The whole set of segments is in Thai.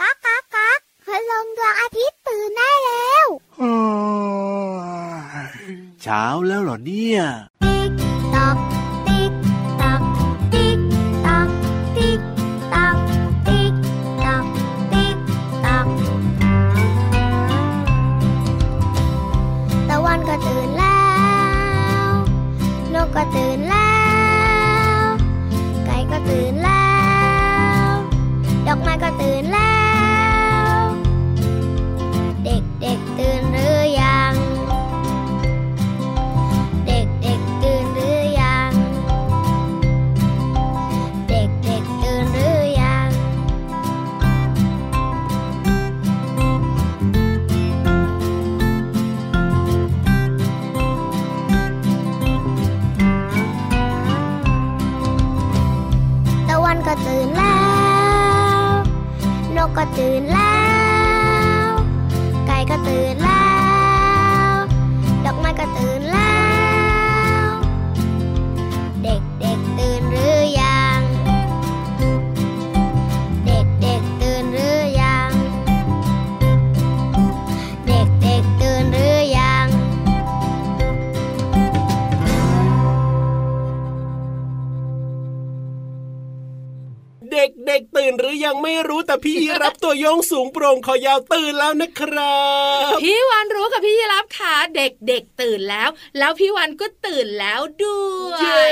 ก๊ากก๊ากก๊ากพลงดวงอาทิตย์ตื่นได้แล้ว เช้าแล้วเหรอเนี่ย ติ๊กตอกติ๊กตอกติ๊กตอกติ๊กตอกติ๊กตอกติ๊กตอกตะวันก็ตื่นแล้วนกก็ตื่นแล้ว ไก่ก็ตื่นแล้ว ดอกไม้ก็ตื่นแล้ว เด็กเด็กๆตื่นหรือยัง เด็กเด็กๆตื่นหรือยัง เด็กเด็กๆตื่นหรือยัง ตะวันก็ตื่นแล้ว นกก็ตื่นแล้ว ไก่ก็ตื่นแล้ว ดอกไม้ก็ตื่นแล้ว เด็กเด็กๆตื่นหรือยัง เด็กเด็กๆตื่นหรือยัง เด็กเด็กๆตื่นหรือยัง เด็กๆตื่นหรือยังไม่รู้แต่พี่รับตัวโยงสูงโปร่งคอยาวตื่นแล้วนะครับ พี่วันรู้กับพี่ยีรับค่ะเด็กๆตื่นแล้ว แล้วพี่วันก็ตื่นแล้วด้วย เย้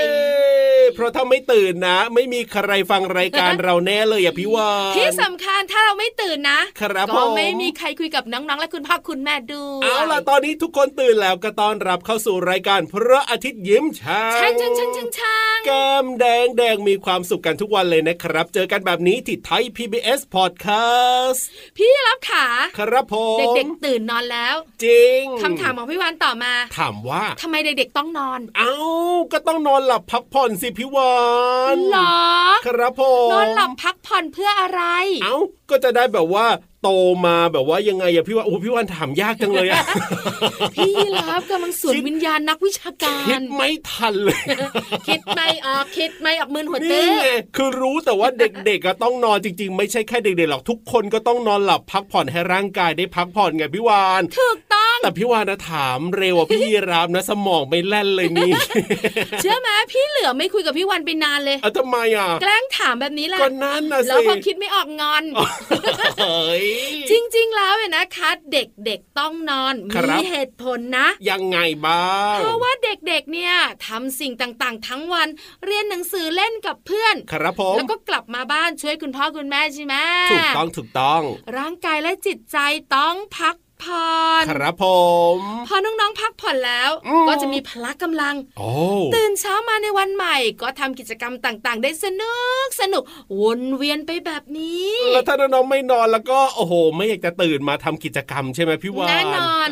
เพราะถ้าไม่ตื่นนะ ไม่มีใครฟังรายการเราแน่เลยอ่ะพี่วาน ที่สำคัญถ้าเราไม่ตื่นนะครับ ก็ ผม ไม่มีใครคุยกับน้องๆ และคุณพ่อคุณแม่ด้วย เอาล่ะตอนนี้ทุกคนตื่นแล้วก็ต้อนรับเข้าสู่รายการพระอาทิตย์ยิ้มช่าง ช่างช่างช่างช่างช่าง แก้มแดงแดงมีความสุขกันทุกวันเลยนะครับ เจอกันแบบนี้ที่ไทย PBS Podcast พี่ยีรับค่ะ ครับผม เด็กๆตื่นนอนแล้ว จริง คำถามของพี่วันต่อมา ถามว่า ทำไมเด็กๆต้องนอน เอ้าก็ต้องนอนหลับพักผ่อนสิพี่วาน หรอ ครับผม นอนหลับพักผ่อนเพื่ออะไร เอ้าก็จะได้แบบว่า โตมาแบบว่ายังไงอะพี่วานโอ้พี่วานถามยากจัง เลยอะ พี่ยีรับกำลังสวนวิญญาณนักวิชาการ คิดไม่ทันเลย คิดไม่ออกคิดไม่ออกมือหัว นี่ เต้ ไงคือรู้แต่ว่าเด็กๆก็ต้องนอนจริง ๆ ไม่ใช่แค่เด็กๆหรอกทุกคนก็ต้องนอนหลับพักผ่อนให้ร่างกายได้พักผ่อนไงพี่วาน ถูกต้อง แต่พี่วานนะถามเร็วอะพี่ยีรามนะ สมองไม่แล่นเลยนี่ เชื่อไหมพี่เหลือไม่คุยกับพี่วันไปนานเลย เอาทำไมอ่ะ แกล้งถามแบบนี้แหละ ก็นั่นนะ แล้ว สิ พอคิดไม่ออกงอน เฮ้ย จริง ๆ แล้วเนี่ยนะคะเด็กๆต้องนอน ครับ มีเหตุผลนะ ยังไงบ้าง เพราะว่าเด็กๆเนี่ยทำสิ่งต่างๆ ทั้งวัน เรียนหนังสือเล่นกับเพื่อน ครับผม แล้วก็กลับมาบ้านช่วยคุณพ่อคุณแม่ใช่ไหม ถูกต้องถูกต้อง ร่างกายและจิตใจต้องพักผ่อน ครับผม พอน้องๆพักผ่อนแล้ว อืม ก็จะมีพละกำลัง โอ้ ตื่นเช้ามาในวันใหม่ก็ทำกิจกรรมต่างๆ ได้สนุกสนุกวนเวียนไปแบบนี้ แล้วถ้าน้องๆไม่นอนแล้วก็โอ้โห ไม่อยากจะตื่นมาทำกิจกรรมใช่ไหมพี่วาน แน่นอน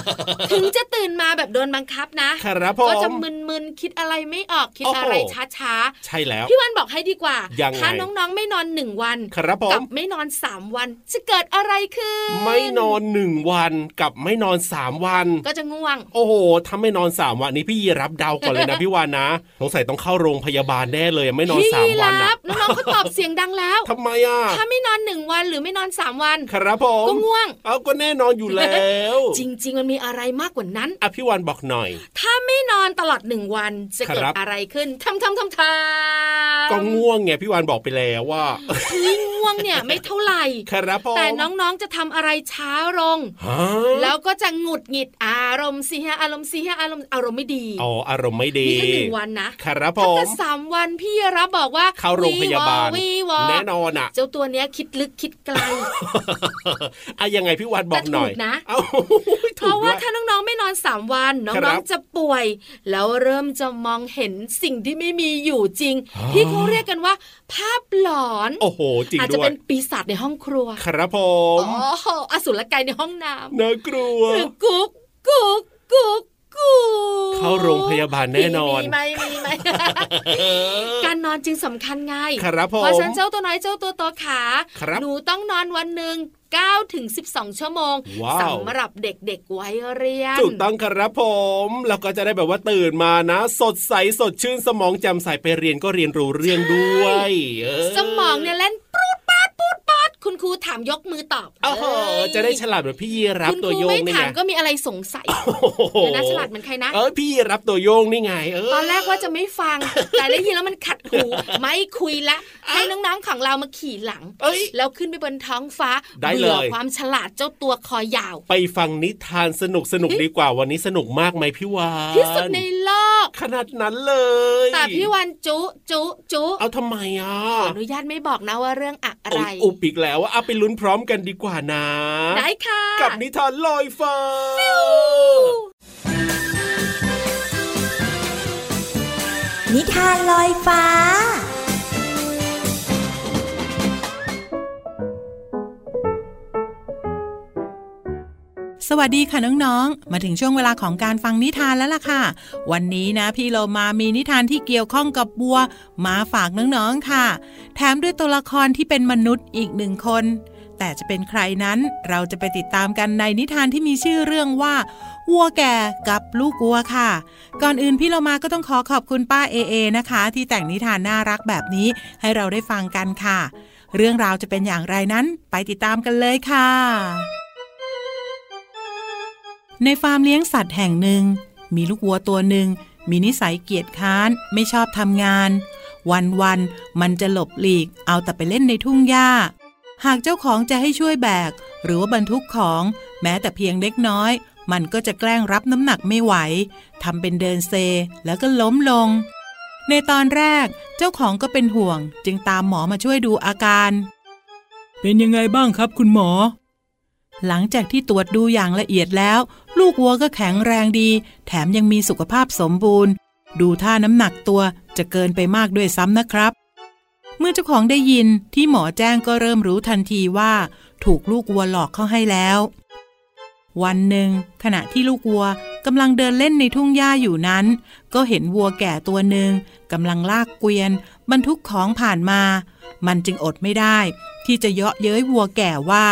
ถึงจะตื่นมาแบบโดนบังคับนะ ครับผม ก็จะมึนๆคิดอะไรไม่ออกคิด โอ้โห อะไรช้า ใช่แล้ว ๆ พี่วันบอกให้ดีกว่า ยังไง ถ้าน้องๆไม่นอนหนึ่งวัน ครับผ กั ม บไม่นอนสามวัน จะเกิดอะไรขึ้น ไม่นอนหนึ่งวันกับไม่นอนสามวัน ก็จะง่วง โอ้โหถ้าไม่นอนสามวันนี้พี่ยีรับเดาก่อน เลยนะ พี่วานนะสงสัยต้องเข้าโรงพยาบาลแน่เลยอะไม่นอน พี่ สามวัน รั นะ บน้องๆเขาตอบเสียงดังแล้ว ทำไมอ่ะ ถ้าไม่นอนหนึ่งวันหรือไม่นอนสามวัน ครับผม ก็ง่วง เอาก็แน่นอนอยู่แล้ว จริง ๆ มันมีอะไรมากกว่านั้น อ่ะพี่วานบอกหน่อย ถ้าไม่นอนตลอดหนึ่งวันจะเกิ ค ด รับ อะไรขึ้นทำทำทำทำ ก็ง่วงไงพี่วานบอกไปแล้วว่า คือง่วงเนี่ยไม่เท่า ไหร่ ครับผม แต่น้องๆจะทำอะไรช้าลง ฮะ แล้วก็จะหงุดหงิดอารมณ์เสียอารมณ์เสียอารมณ์อารมณ์ไม่ดี อ๋ออารมณ์ไม่ดี นี่แค่หนึ่งวันนะครับ ผ ถ้าเกิ ม ดสามวันพี่รับบอกว่า เข้าโรงพยาบาล วีวอวีวอ แน่นอนอ่ะ เจ้าตัวเนี้ยคิดลึกคิดไกล อะยังไงพี่วานบอกหน่อย แต่ถูกนะ เอ้า เพ ถูก ราะว่า ด้วย ถ้าน้องๆไม่นอนสามวันน้ ครั อง บ ๆจะป่วย แล้วเริ่มจะมองเห็นสิ่งที่ไม่มีอยู่จริง อ๋อ ที่เขาเรียกกันว่า ภาพหลอน โอ้โห จริง อาจจะ ด้วย เป็นปีศาจในห้องครัว ครับผ โอ้ ม โหอสุรกายในห้องน้ น่ากลัว ำหรือกุ๊กกุ๊กกุ๊กกุ๊ก เข้าโรงพยาบาลแน่นอน มีไหมมี ไหม การนอนจึงสำคัญไง ครับผม เพราะฉะนั้นเจ้าตัวน้อยเจ้าตัวโตขา ครับ หนูต้องนอนวันหนึ่ง9ถึง12 ชั่วโมง ว้าว สำหรับเด็กๆไว้เรียน ถูกต้องครับผมแล้วก็จะได้แบบว่าตื่นมานะ สดใสสดชื่นสมองแจ่มใสไปเรียนก็เรียนรู้เรื่องด้วยเ สมอ องเนี่ยเล่นปูดปาดปูดปาดคุณครูถามยกมือตอบ โอ้โห เอ้ย จะได้ฉลาดเหมือนพี่ยีรับ คุณ ตั ควรู โยง ไม่ นี่ ถา ไง มก็มีอะไรสงสัย โอ้โห เดี๋ยวนะฉลาดเหมือนใครนะ เออพี่ยีรับตัวโยงนี่ไง เออ ตอนแรกว่าจะไม่ฟัง แต่ได้ยินแล้วมันขัดหู ไม่คุยละ ให้น้องๆของเรามาขี่หลัง เอ้ย แล้วขึ้นไปบนท้องฟ้า ได้เลย เบื่อความฉลาดเจ้าตัวคอยาว ไปฟังนิทานสนุกสนุก เฮ้ย ดีกว่าวันนี้สนุกมากไหมพี่วาน ที่สุดในโลก ขนาดนั้นเลย แต่พี่วันจุจุจุ เอาทำไมอ่ะ ขออนุญาตไม่บอกนะว่าเรื่องอะไร โยอุบอีกแล้วว่าเอาไปลุ้นพร้อมกันดีกว่านะ ได้ค่ะ กับนิทานลอยฟ้า นิทานลอยฟ้า สวัสดีค่ะน้องๆ มาถึงช่วงเวลาของการฟังนิทานแล้วล่ะค่ะ วันนี้นะพี่โลมามีนิทานที่เกี่ยวข้องกับบัว มาฝากน้องๆค่ะ แถมด้วยตัวละครที่เป็นมนุษย์อีกหนึ่งคน แต่จะเป็นใครนั้นเราจะไปติดตามกันในนิทานที่มีชื่อเรื่องว่าวัวแก่กับลูกวัวค่ะ ก่อนอื่นพี่โลมาก็ต้องขอขอบคุณป้าเอเอนะคะ ที่แต่งนิทานน่ารักแบบนี้ให้เราได้ฟังกันค่ะ เรื่องราวจะเป็นอย่างไรนั้นไปติดตามกันเลยค่ะ ในฟาร์มเลี้ยงสัตว์แห่งหนึ่ง มีลูกวัวตัวหนึ่ง มีนิสัยเกียจคร้านไม่ชอบทำงาน วันวันๆมันจะหลบหลีกเอาแต่ไปเล่นในทุ่งหญ้า หากเจ้าของจะให้ช่วยแบก หรือว่าบรรทุกของ แม้แต่เพียงเล็กน้อย มันก็จะแกล้งรับน้ำหนักไม่ไหวทำเป็นเดินเซ แล้วก็ล้มลง ในตอนแรกเจ้าของก็เป็นห่วง จึงตามหมอมาช่วยดูอาการ เป็นยังไงบ้างครับคุณหมอ หลังจากที่ตรวจดูอย่างละเอียดแล้ว ลูกวัวก็แข็งแรงดี แถมยังมีสุขภาพสมบูรณ์ ดูท่าน้ำหนักตัวจะเกินไปมากด้วยซ้ำนะครับ เมื่อเจ้าของได้ยินที่หมอแจ้งก็เริ่มรู้ทันทีว่า ถูกลูกวัวหลอกเข้าให้แล้ว วันหนึ่ง ขณะที่ลูกวัวกำลังเดินเล่นในทุ่งหญ้าอยู่นั้น ก็เห็นวัวแก่ตัวหนึ่งกำลังลากเกวียน บรรทุกของผ่านมา มันจึงอดไม่ได้ ที่จะเยาะเย้ยวัวแก่ว่า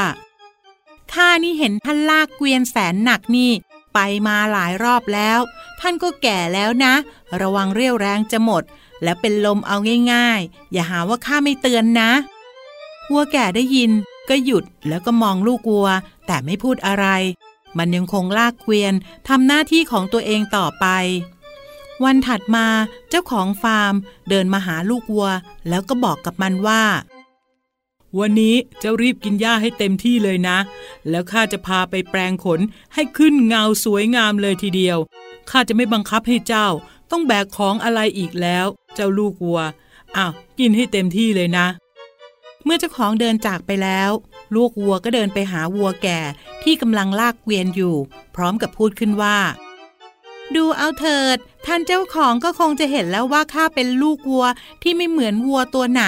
ข้านี่เห็นท่านลากเกวียนแสนหนักนี่ ไปมาหลายรอบแล้ว ท่านก็แก่แล้วนะ ระวังเรี่ยวแรงจะหมด และเป็นลมเอาง่ายๆ อย่าหาว่าข้าไม่เตือนนะ วัวแก่ได้ยิน ก็หยุดแล้วก็มองลูกวัว แต่ไม่พูดอะไร มันยังคงลากเกวียนทำหน้าที่ของตัวเองต่อไป วันถัดมาเจ้าของฟาร์ม เดินมาหาลูกวัว แล้วก็บอกกับมันว่า วันนี้เจ้ารีบกินหญ้าให้เต็มที่เลยนะ แล้วข้าจะพาไปแปลงขนให้ขึ้นเงาสวยงามเลยทีเดียว ข้าจะไม่บังคับให้เจ้า ต้องแบกของอะไรอีกแล้ว เจ้าลูกวัว อ้าวกินให้เต็มที่เลยนะ เมื่อเจ้าของเดินจากไปแล้ว ลูกวัวก็เดินไปหาวัวแก่ที่กำลังลากเกวียนอยู่ พร้อมกับพูดขึ้นว่า ดูเอาเถิด ท่านเจ้าของก็คงจะเห็นแล้วว่าข้าเป็นลูกวัวที่ไม่เหมือนวัวตัวไหน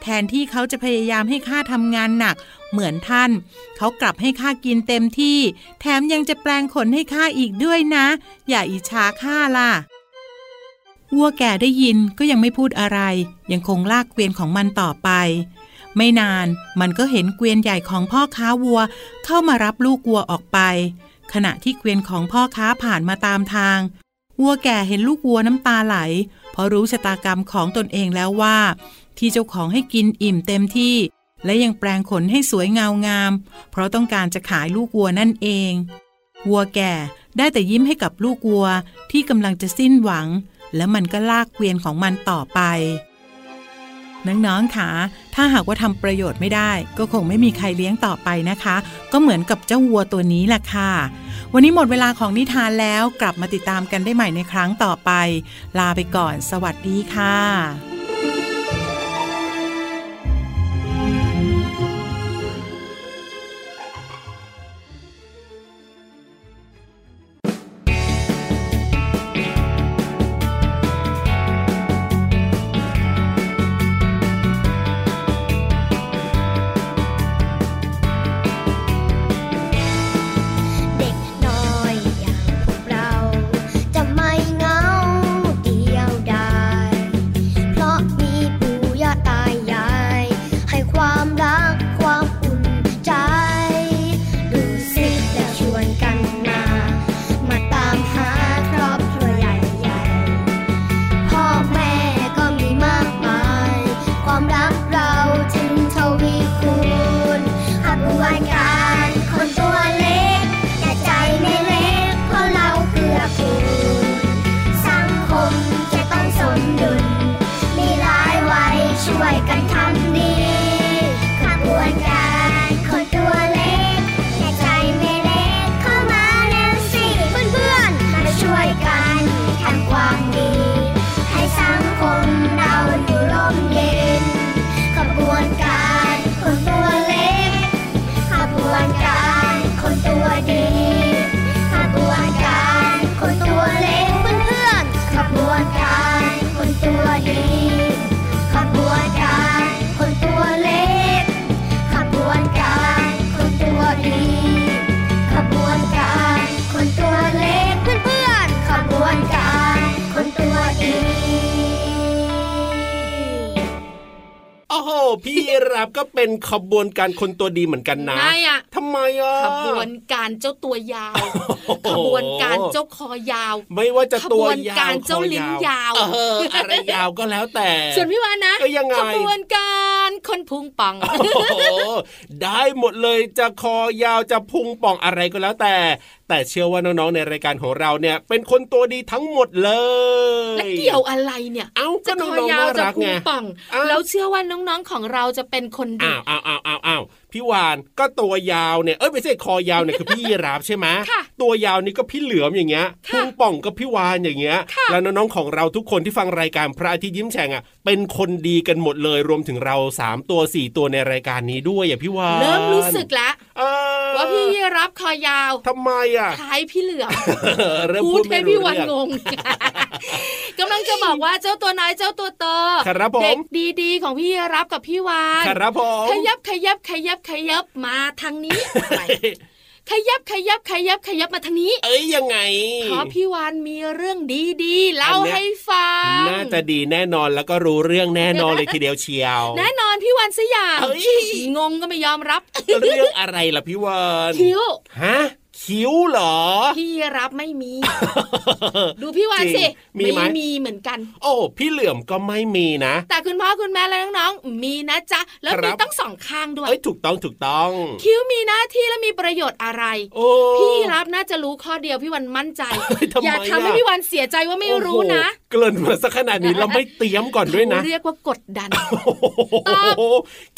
แทนที่เขาจะพยายามให้ข้าทำงานหนัก เหมือนท่าน เขากลับให้ข้ากินเต็มที่ แถมยังจะแปลงขนให้ข้าอีกด้วยนะ อย่าอิจฉาข้าล่ะ วัวแก่ได้ยินก็ยังไม่พูดอะไร ยังคงลากเกวียนของมันต่อไป ไม่นานมันก็เห็นเกวียนใหญ่ของพ่อค้าวัว เข้ามารับลูกวัวออกไป ขณะที่เกวียนของพ่อค้าผ่านมาตามทาง วัวแก่เห็นลูกวัวน้ำตาไหล เพราะรู้ชะตากรรมของตนเองแล้วว่า ที่เจ้าของให้กินอิ่มเต็มที่ และยังแปลงขนให้สวยเงางาม เพราะต้องการจะขายลูกวัวนั่นเอง วัวแก่ได้แต่ยิ้มให้กับลูกวัวที่กำลังจะสิ้นหวัง และมันก็ลากเกวียนของมันต่อไป น้องๆค่ะ ถ้าหากว่าทำประโยชน์ไม่ได้ ก็คงไม่มีใครเลี้ยงต่อไปนะคะ ก็เหมือนกับเจ้าวัวตัวนี้แหละค่ะ วันนี้หมดเวลาของนิทานแล้วกลับมาติดตามกันได้ใหม่ในครั้งต่อไป ลาไปก่อน สวัสดีค่ะ เด็กน้อยอย่างพวกเราจะไม่เหงาเดียวดายเพราะ ทำดีขบวนการคนตัวเล็กแต่ใจไม่เล็กเข้ามาเร็วสิเพื่อนๆมาช่วยกันทำความดี ให้สังคมเราอยู่ร่มเย็นขบวนการคนตัวเล็กขบวนการคนตัวดีขบวนการคนตัวเล็กเพื่อนๆขบวนการคนตัวดี ขบวนการคนตัวเล็ก ขบวนการคนตัวดี ขบวนการคนตัวเล็กเพื่อนๆ ขบวนการคนตัวดี โอ้โหพี่รับก็เป็นขบวนการคนตัวดีเหมือนกันนะ นายอะ ทำไมอ่ะ ขบวนการเจ้าตัวยาว โอ้โห ขบวนการเจ้าคอยาว ไม่ว่าจะตัวยาว ขบวนการเจ้าลิ้นยาว เอออะไรยาวก็แล้วแต่ ส่วนพี่วานนะ เอ้ยยังไง ขบวนการคนพุงปัง โอ้โหได้หมดเลยจะคอยาวจะพุงป่องอะไรก็แล้วแต่ แต่เชื่อว่าน้องๆในรายการของเราเนี่ย เป็นคนตัวดีทั้งหมดเล และ ย เกี่ยวอะไรเนี่ย เอ้าก็ จะ น้ ค องๆ อยาว น่ารั จะ ก พุ ไง งปัง อ้าว แล้วเชื่อว่าน้องๆของเราจะเป็นคนดี อ้าวอ้าวอ้าวอ้าวอ้าวพี่วานก็ตัวยาวเนี่ยเอ้ยไม่ใช่คอยาวเนี่ยคือพี่ยีราฟใช่ไหม ค่ะ ตัวยาวนี่ก็พี่เหลือมอย่างเงี้ย ค่ะ พุงป่องก็พี่วานอย่างเงี้ย ค่ะ แล้วน้องๆของเราทุกคนที่ฟังรายการพระอาทิตย์ยิ้มแฉ่งอ่ะเป็นคนดีกันหมดเลยรวมถึงเราสามตัวสี่ตัวในรายการนี้ด้วยอ่ะพี่วาน เริ่มรู้สึกแล้ว เออ ว่าพี่ยีรับคอยาว ทำไมอ่ะ คล้ายพี่เหลือม เออเริ่ม พู พูดดให้ ไม่ พี่ รู้ วัน เรื่อง งง กำลังจะบอกว่าเจ้าตัวน้อยเจ้าตัวโต ครับผม เด็กดีๆ ของพี่รับกับพี่วาน ครับผม ขยับขยับขยับขยับมาทางนี้ ไปขยับขยับขยับขยับมาทางนี้ เอ้ยยังไง เพราะพี่วานมีเรื่องดีๆเล่า อันเนี้ย ให้ฟัง น่าจะดีแน่นอนแล้วก็รู้เรื่องแน่นอนเลยทีเดียวเชียว แน่นอนพี่วานสยาม เอ้ย งงก็ไม่ยอมรับ เรื่องอะไรล่ะพี่วัน คิ้ว ฮะคิ้วเหรอ พี่รับไม่มี ดูพี่วาน จริ สิ งมีไหม มีเหมือนกัน โอ้พี่เหลื่อมก็ไม่มีนะ แต่คุณพ่อคุณแม่และน้องๆ มีนะจ๊ะ แล้ว ครั มี บ ตั้งสองข้างด้วย เอ้ยถูกต้องถูกต้อง คิ้วมีหน้าที่และมีประโยชน์อะไร โอ้ พี่รับน่าจะรู้ข้อเดียวพี่วันมั่นใจ เฮ้ยทำไม อย่าทำให้ อะ พี่วันเสียใจว่าไม่รู้นะ โอ้โหเกริ่นมาสักขนาดนี้เราไม่เตรียมก่อนด้วยนะ เขาเรียกว่ากดดัน โอ้โห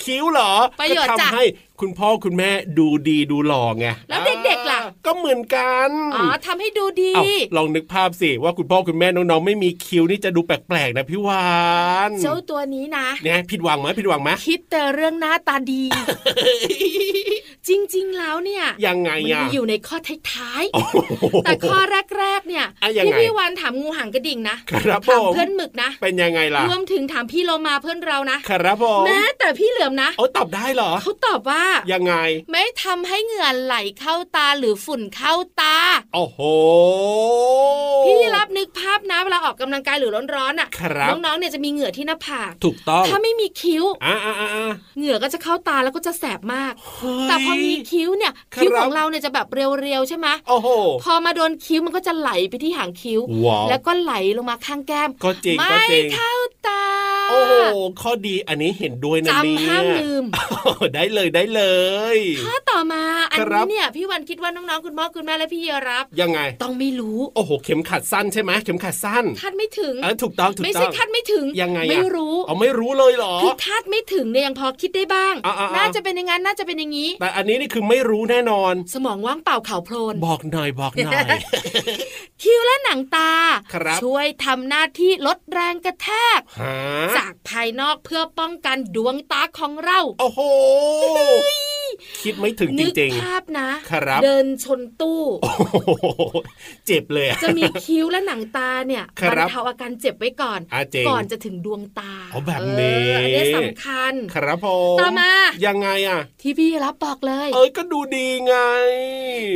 คิ้วเหรอ ประโยชน์ ก็ จ้ะ ทำให้คุณพ่อคุณแม่ดูดีดูหล่อไง แล้วเด็กๆล่ะ ก็เหมือนกัน อ๋อทำให้ดูดี เอ้าลองนึกภาพสิ ว่าคุณพ่อคุณแม่น้องๆ ไม่มีคิวนี่จะดูแปลกๆนะพี่วาน เจ้าตัวนี้นะ เนี่ยผิดหวังไหมผิดหวังไหม คิดแต่เรื่องหน้าตาดี จริงๆแล้วเนี่ย ยังไง มั อ่ะ มีอยู่ในข้อท้าย โอ้โห ๆแต่ข้อแรกๆเนี่ย อะยัง ที่ ไง พี่วันถามงูหางกระดิ่งนะครับ ผ ถาม ม เพื่อนหมึกนะ เป็นยังไงล่ะ รวมถึงถามพี่โลมาเพื่อนเรานะ ครับผม แม้แต่พี่เหลือมนะ เอาตอบได้เหรอ เขาตอบว่า ยังไง ไม่ทำให้เหงื่อไหลเข้าตาหรือฝุ่นเข้าตา โอ้โห พี่รับนึกภาพนะเวลาออกกำลังกายหรือร้อนๆอ่ะ ครับ น้องๆเนี่ยจะมีเหงื่อที่หน้าผาก ถูกต้อง ถ้าไม่มีคิ้ว อ่าอ่าอ่า เหงื่อก็จะเข้าตาแล้วก็จะแสบมาก แต่พอมีคิ้วเนี่ยคิ้วของเราเนี่ยจะแบบเรียวๆใช่ไหม โอ้โห พอมาโดนคิ้วมันก็จะไหลไปที่หางคิ้ว ว้าว แล้วก็ไหลลงมาข้างแก้ม ก็จริงก็ ไม่ จริง เข้าตา โอ้โห ข้อดีอันนี้เห็นด้วยนะเนี่ จำ ย ห้ามลืม โอ้โหได้เลยได้เลย ข้อต่อมาอัน ครั นี้ บ เนี่ยพี่วันคิดว่าน้องๆคุณพ่อคุณแม่และพี่เยรับ ยังไง ต้องไม่รู้ โอ้โห เข็มขัดสั้นใช่ไหมเข็มขัดสั้น คาดไม่ถึง เออถูกต้องถูกต้อง ไม่ใช่คาดไม่ถึง ยังไงอะ ไม่รู้ เอาไม่รู้เลยเหรอ คือคาดไม่ถึงเนี่ยยังพอคิดได้บ้าง อ่าๆๆ น่าจะเป็นอย่างนั้นน่าจะเป็นอย่างนี้ แต่อันนี้นี่คือไม่รู้แน่นอน สมองว่างเปล่าข่าวโพลน บอกหน่อยบอกหน่อย คิ้วและหนังตา ครับ ช่วยทำหน้าที่ลดแรงกระแทก ฮะ จากภายนอกเพื่อป้องกันดวงตาของเรา โอ้โห คิดไม่ถึงจ นึก ริง ภาพนะ ครับ เดินชนตู้ ๆโอ้โหเจ็บเลยอะ จะมีคิ้วและหนังตาเนี่ย ครับ บ รรเทาอาการเจ็บไว้ก่อน อ่าเจ๋ง ก่อนจะถึงดวงตา อ๋อแบบ เออ นี้ อันเนี้ยสำคัญ ครับผม ต่อมา ยังไงอ่ะ ที่พี่รับบอกเลย เอ้ยก็ดูดีไง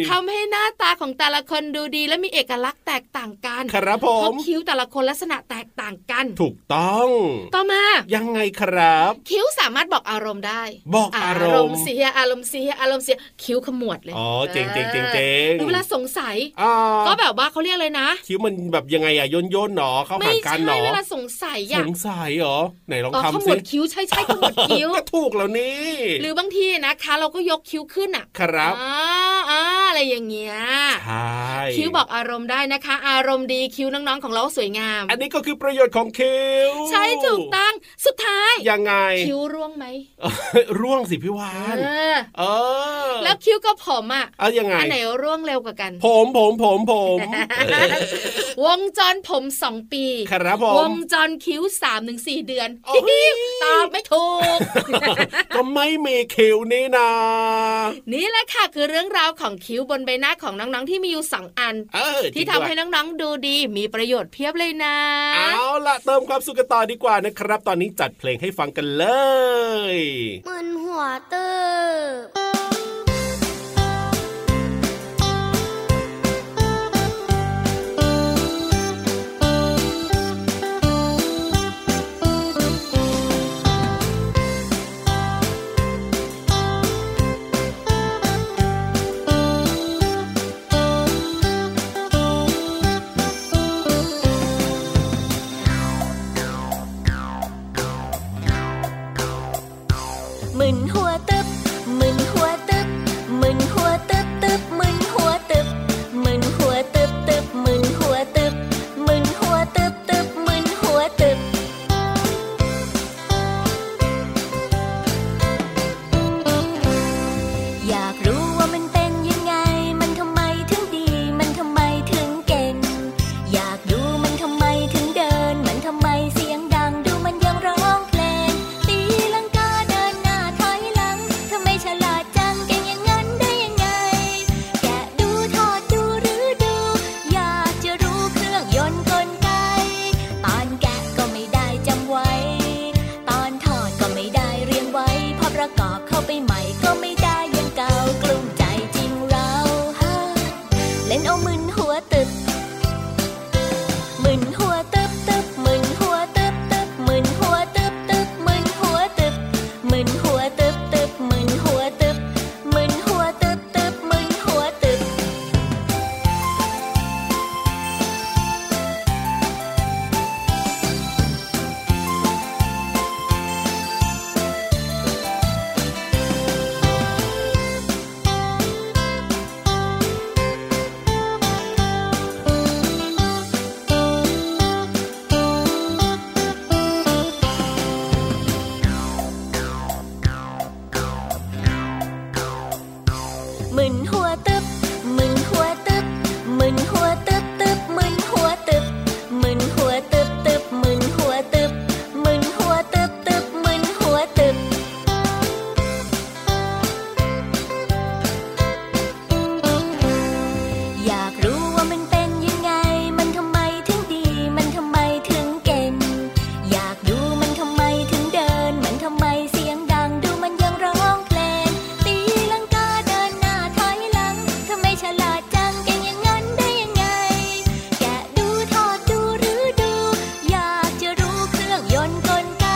ทำให้หน้าตาของแต่ละคนดูดีและมีเอกลักษณ์แตกต่างกัน ครับผ เพราะ ม คิ้วแต่ละคนลักษณะแตกต่างกัน ถูกต้อง ต่อมา ยังไงครับ คิ้วสามารถบอกอารมณ์ได้ บอกอารมณ์ เสียอารมณ์เสียอารมณ์เสียคิ้วขมวดเลย อ๋อเจ๋งเจ๋งเจ๋งเจ๋ง หรือเวลาสงสัย อ่า ก็แบบว่าเขาเรียกเลยนะ คิ้วมันแบบยังไงอะย่นย่นๆหนอเข้า ไม่ หากั ใช่ นหนอ เวลาสงสัย ส อะ งสัยเหรอ ไหนลอง อ๋อข ทำ ม สิ วดคิ้วใช่ใช่ขมวดคิ้ว ก็ถูกแล้วนี่ หรือบางทีนะคะ เราก็ยกคิ้วขึ้นอะ ครับ อ่าอ่า อะไรอย่างเงี้ย ใช่ คิวบอกอารมณ์ได้นะคะ อารมณ์ดีคิวน้องๆของเราสวยงาม อันนี้ก็คือประโยชน์ของคิว ใช่ถูกต้องสุดท้าย ยังไง คิวร่วงไหม ร่วงสิพี่วา เอน อ เออ แล้วคิวก็ผมอ่ะ เอายังไง อันไหนร่วงเร็วกว่ากัน ผมผมผมผม วงจรผมสองปี ครับผม วงจรคิ้วสามถึงสี่เดือน โอ้โห ตอบไม่ถูก ก็ไม่มีคิวนี่นะ นี่แหละค่ะคือเรื่องราวของคิ้วบนใบหน้าของน้องๆที่มีอยู่สองอัน เออ ที่ทำให้น้องๆดูดีมีประโยชน์เพียบเลยนะ เอาละเติมความสุขกันต่อดีกว่านะครับ ตอนนี้จัดเพลงให้ฟังกันเลย มึนหัวเติบ มึนหัวตึบมึนหัวตึบมึนหัวตึบตึบมึนหัวตึบมึนหัวตึบตึบมึนหัวตึบมึนหัวตึบตึบมึนหัวตึบ อยากรู้ว่ามันเป็นยังไง มันทำไมถึงดี มันทำไมถึงเก่ง อยากดูมันทำไมถึงเดิน มันทำไมเสียงดัง ดูมันยังร้องเพลง ตีลังกาเดินหน้าถอยหลัง ทำไมฉลาดจังเก่งอย่างนั้นได้ยังไง แกะดูถอดดูหรือดู อยากจะรู้เครื่องยนต์กลไก ตอนแกะก็ไม่ได้จำไว้ ตอนถอดก็ไม่ได้เรียงไว้ พอประกอบเข้าไปใหม่ก็ไม่ได้อยังเก่ากลุ้มใจจริงเราฮะเล่นเอามึนหัวตึก มึนหัวตึบตึบมึนหัวตึบตึบมึนหัวตึบตึบมึนหัวตึบมึนหัวตึบตึบมึนหัวตึบมึนหัวตึบตึบมึนหัวตึบ มึนหัวตึบมึนหัวตึบมึนหัวตึบตึบมึนหัวตึบมึนหัวตึบตึบมึนหัวตึบมึนหัวตึบตึบมึนหัวตึบ อยากรู้ว่ามันเป็นยังไง มันทำไมถึงดี มันทำไมถึงเก่ง อยากดูมันทำไมถึงเดิน มันทำไมเสียงดัง ดูมันยังร้องเพลง ตีลังกาเดินหน้าถอยหลัง ทำไมฉลาดจังเก่งอย่างนั้นได้ยังไง แกะดูถอดดูหรือดู อยากจะรู้เครื่องยนต์กลไก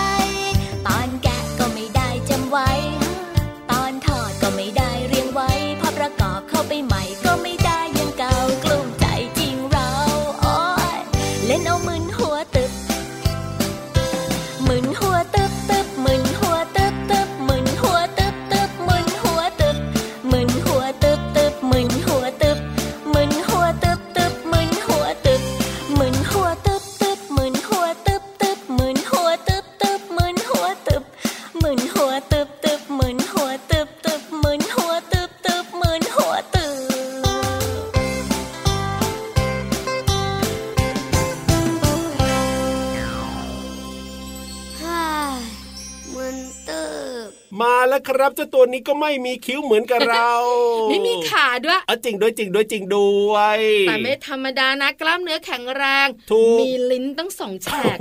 ตอนแกะก็ไม่ได้จำไว้ ตอนถอดก็ไม่ได้เรียงไว้ พอประกอบเข้าไปใหม่ก็ไม่ได้อยังเก่ากลุ้มใจจริงเราโอ้ยเล่นเอามึนหัวตึบ มึนหัวตึบตึบมึนหัวตึบตึบมึนหัวตึบตึบมึนหัวตึบมึนหัวตึบตึบมึนหัวตึบมึนหัวตึบตึบมึนหัวตึบมึนหัวตึบตึบมึนหัวตึบตึบมึนหัวตึบตึบมึนหัวตึบมึนหัวตึบตึบมึนหัวตึบตึบมึนหัวตึบตึบมึนหัวตึบ ฮ่ามึนตึบ มาแล้วครับเจ้าตัวนี้ก็ไม่มีคิ้วเหมือนกับเรา ไม่มีขาด้วย เอาจริงด้วยจริงด้วยจริงด้วย แต่ไม่ธรรมดานะกล้ามเนื้อแข็งแรง ถูก มีลิ้นตั้งสองแฉก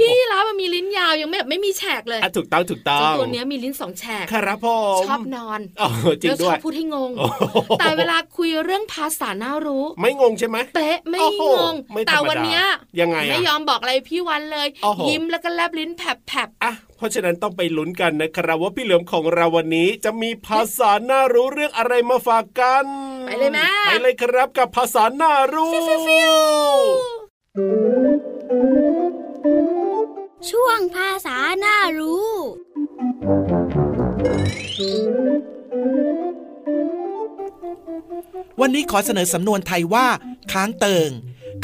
พี่รับมันมีลิ้นยาวยังไม่แบบไม่มีแฉกเลย อ่ะถูกต้องถูกต้อ เจ้าง ตัวเนี้ยมีลิ้นสองแฉก ครับผม ชอบนอน อ๋อจริ แล้ ง วช ด้ อ ว บ ย พูดให้งง โอ้โห แต่เวลาคุยเรื่องภาษาน่ารู้ ไม่งงใช่ไหม เป๊ะไม่ โอ้โห งง ไม่ธรรมดา แต่วันเนี้ย ยังไงอะ ไม่ยอมบอกอะไรพี่วันเลย โอ้โห ยิ้มแล้วก็แลบลิ้นแผลบ อ่ะเพราะฉะนั้นต้องไปลุ้นกันนะครับว่าพี่เหลือมของเราวันนี้จะมีภาษาน่ารู้เรื่องอะไรมาฝากกัน ๆไปเลยแม่ ไปเลยครับกับภาษาน่ารู้ ช่วงภาษาน่ารู้ ภ วันนี้ขอเสนอสำนวนไทยว่า ค้างเติง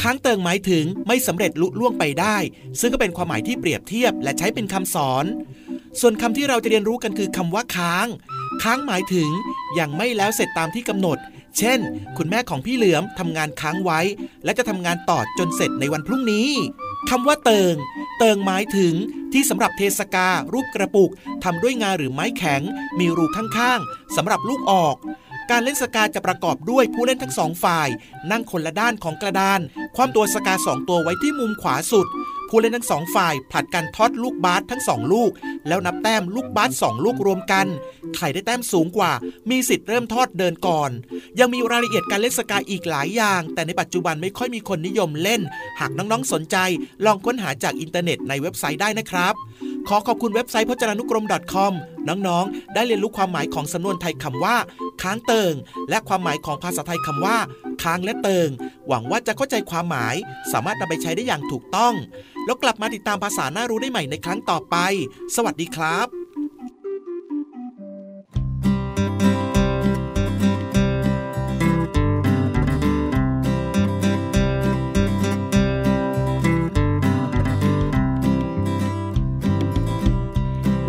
ค้างเติงหมายถึงไม่สำเร็จลุล่วงไปได้ ซึ่งก็เป็นความหมายที่เปรียบเทียบและใช้เป็นคำสอน ส่วนคำที่เราจะเรียนรู้กันคือคำว่าค้าง ค้างหมายถึงยังไม่แล้วเสร็จตามที่กำหนด เช่น คุณแม่ของพี่เหลือมทำงานค้างไว้ และจะทำงานต่อจนเสร็จในวันพรุ่งนี้คำว่าเติง เติงหมายถึงที่สำหรับเทศการูปกระปุกทำด้วยงาหรือไม้แข็ง มีรูข้างๆสำหรับลูกออก การเล่นสกาจะประกอบด้วยผู้เล่นทั้งสองฝ่าย นั่งคนละด้านของกระดาน ความตัวสกาสองตัวไว้ที่มุมขวาสุด ผู้เล่นทั้งสองฝ่ายผลัดกันทอดลูกบาสทั้งสองลูก แล้วนับแต้มลูกบาสสองลูกรวมกัน ใครได้แต้มสูงกว่า มีสิทธิ์เริ่มทอดเดินก่อน ยังมีรายละเอียดการเล่นสกาอีกหลายอย่าง แต่ในปัจจุบันไม่ค่อยมีคนนิยมเล่น หากน้องๆสนใจ ลองค้นหาจากอินเทอร์เน็ตในเว็บไซต์ได้นะครับ ขอขอบคุณเว็บไซต์พจนานุกรม .com น้องๆ ได้เรียนรู้ความหมายของสำนวนไทยคำว่า ค้างเติง และความหมายของภาษาไทยคำว่า ค้างและเติง หวังว่าจะเข้าใจความหมาย สามารถนำไปใช้ได้อย่างถูกต้อง แล้วกลับมาติดตามภาษาหน้ารู้ได้ใหม่ในครั้งต่อไป สวัสดีครับ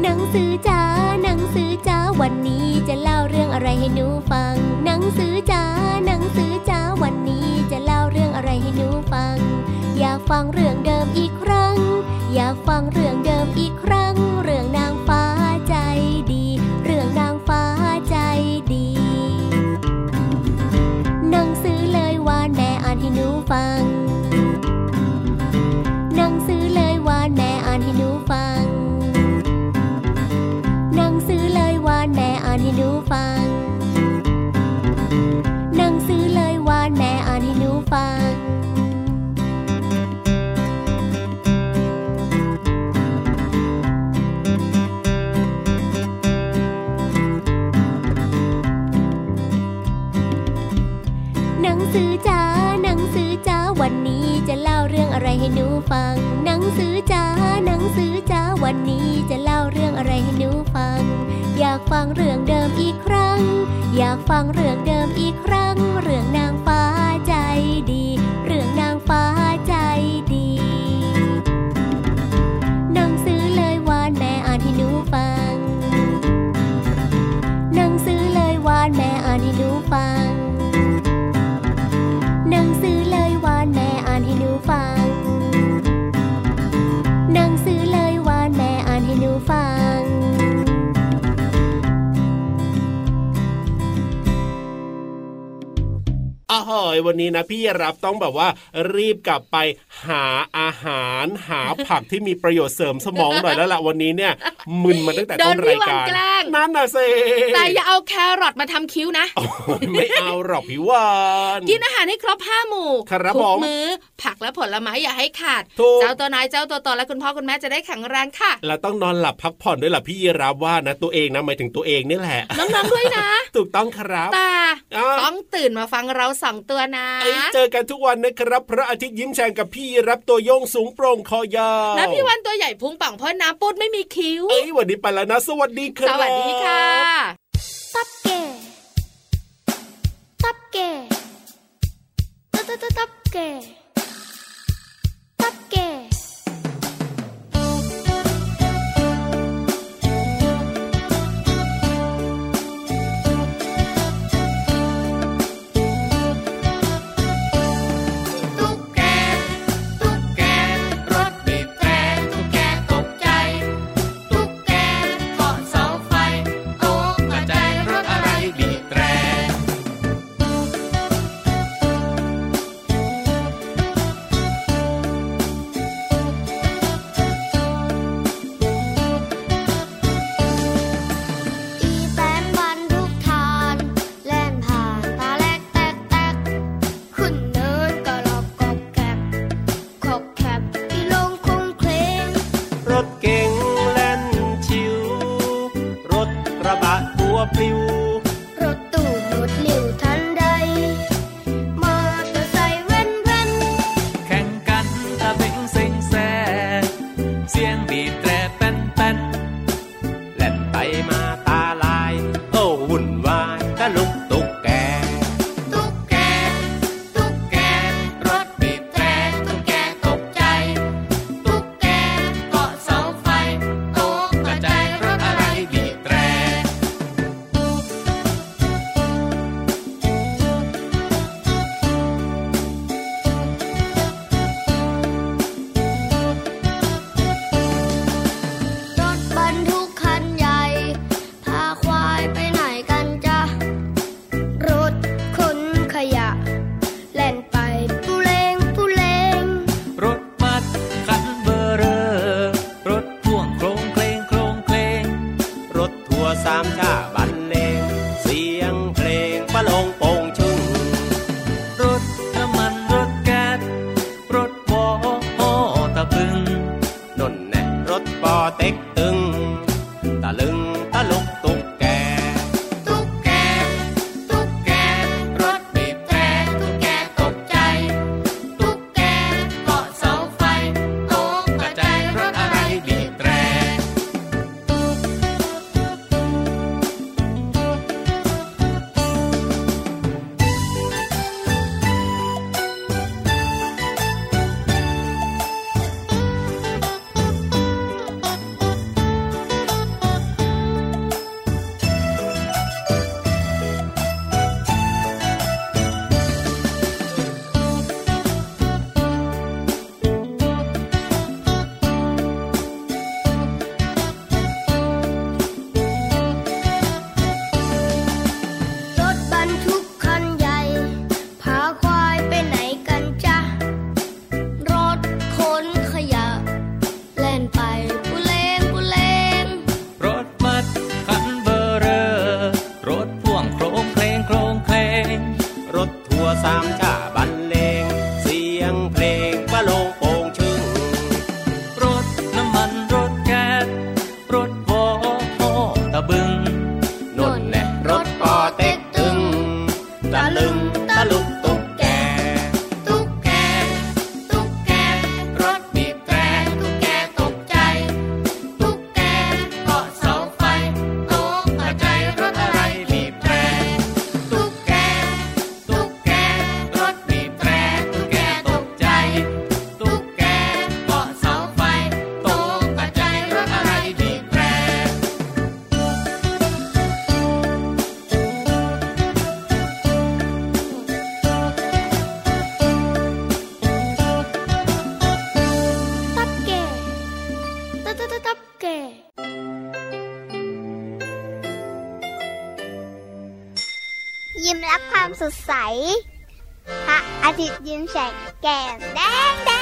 หนังสือจ๋าหนังสือจ๋าวันนี้จะเล่าเรื่องอะไรให้หนูฟัง หนังสือจ๋าหนังสือจ๋าวันนี้จะเล่าเรื่องอะไรให้หนูฟัง อยากฟังเรื่องเดิมอีกครั้ง อยากฟังเรื่องเดิมอีกครั้ง เรื่องนางฟ้าใจดี เรื่องนางฟ้าใจดี หนังสือเลยวานแม่อ่านให้หนูฟัง หนังสือเลยวานแม่อ่านให้หนูฟัง หนังสือเลยวานแม่อ่านให้หนูฟัง หนังสือเลยวานแม่อ่านให้หนูฟัง หนังสือจ๋า หนังสือจ๋า วันนี้จะเล่าเรื่องอะไรให้หนูฟัง หนังสือจ๋า หนังสือจ๋า วันนี้จะเล่าเรื่องอะไรให้หนูฟัง อยากฟังเรื่องเดิมอีกครั้ง อยากฟังเรื่องเดิมอีกครั้ง เรื่องนางฟ้าใจดี เรื่องนางฟ้าใจดี หนังสือเลยวานแม่อ่านให้หนูฟัง หนังสือเลยวานแม่อ่านให้หนูฟัง หนังสือเลยวานแม่อ่านให้หนูฟัง หนังสือเลยวานแม่อ่านให้หนูฟัง อ้าวเฮ้ยวันนี้นะพี่รับต้องแบบว่ารีบกลับไปหาอาหารหาผักที่มีประโยชน์เสริมสมองหน่อยแล้วล่ะวันนี้เนี่ยมึนมาตั้งแต่ต้นรายการ โดนพี่วันแกล้ง นั่นน่ะสิ แต่อย่าเอาแครอทมาทำคิ้วนะ โอ้ยไม่เอาหรอกพี่วาน กินอาหารให้ครบห้าหมู่ ครับ ทุ ผ ก ม มื้อ ผักและผลไม้อย่าให้ขาด ถูก เจ้าตัวนายเจ้าตัวต่อและคุณพ่อคุณแม่จะได้แข็งแรงค่ะ เราต้องนอนหลับพักผ่อนด้วยล่ะพี่รับว่านะตัวเองนะหมายถึงตัวเองนี่แหละ น้องๆด้วยนะ ถูกต้องครับ แต่ อ้าว ต้องตื่นมาฟังเราสองตัวนะ เอ้ยเจอกันทุกวันนะครับ พระอาทิตย์ยิ้มแฉ่งกับพี่รับตัวโยงสูงโปร่งคอยาว แล้วพี่วันตัวใหญ่พุงป่องพ่นน้ำปุดไม่มีคิ้ว เอ้ยวันนี้ไปแล้วนะ สวัสดีครับ สวัสดีค่ะ ตับแก่ตับแก่ตับตับตับตับแก่ตับแก่ตุ๊กแกตุ๊กแกรถบีบแตรตุ๊กแกตกใจ ตุ๊กแกเกาะเสาไฟตกกระจายรถอะไรบีบแตร อีแตนบรรทุกทานแล่นผ่านตาแลกแตกแตกขึ้นเนินกระรอกกอกแกบกอกแคบอีลงคงเคลง รถเก๋งแล่นชิว รถกระบะตัวปลิว รถตู้หมุดหลิวทันใด มอเตอร์ไซค์แว่นแว่น แข่งกันตะเบงเซ็งแซเสียงบีบแตรแป้นแป้น แล่นไปมาตาลาย โอ้ วุ่นวายตะลุกตุกแก ตุ๊กแก ทั่วสามชาบรรเลง เสียงเพลงประโลงโป่งชุ่ง รถน้ำมันรถแก๊สรถวอตะพึง นนแน่รถปอเต็กตึง ตะลึงตะลุกตุกแก ตุ๊กแก ตุ๊กแก รถบีบแตรตุ๊กแกตกใจ ตุ๊กแกเกาะเสาไฟตกกระจายรถอะไรบีบแตร รถบรรทุกคันใหญ่ พาควายไปไหนกันจ๊ะ รถขนขยะ แล่นไปปุเลงปุเลง รถมัดคันเบอร์เรอรถพ่วงโครงเพลงโครงเพลง รถทัวร์สามชาบรรเลง เสียงเพลงประโลงโป่งชึ่ง รถน้ำมันรถแก๊สรถวอตะบึง นนแน่รถปอเต็กตึง ตะลึงตะลุกตุกแก ตุ๊กแก ตุ๊กแก รถบีบแตรตุ๊กแกตกใจ ตุ๊กแกเกาะเสาไฟตกกระจายรถอะไรบีบแตร ตุ๊กแก ตุ๊กแก รถบีบแตรตุ๊กแกตกใจ ตุ๊กแกเกาะเสาไฟตกกระจายรถอะไรบีบแตร ตับแก่ตับตับตับตับแก่ยิ้มรับความสดใส พระอาทิตย์ยิ้มแฉกแก้มแดงแดง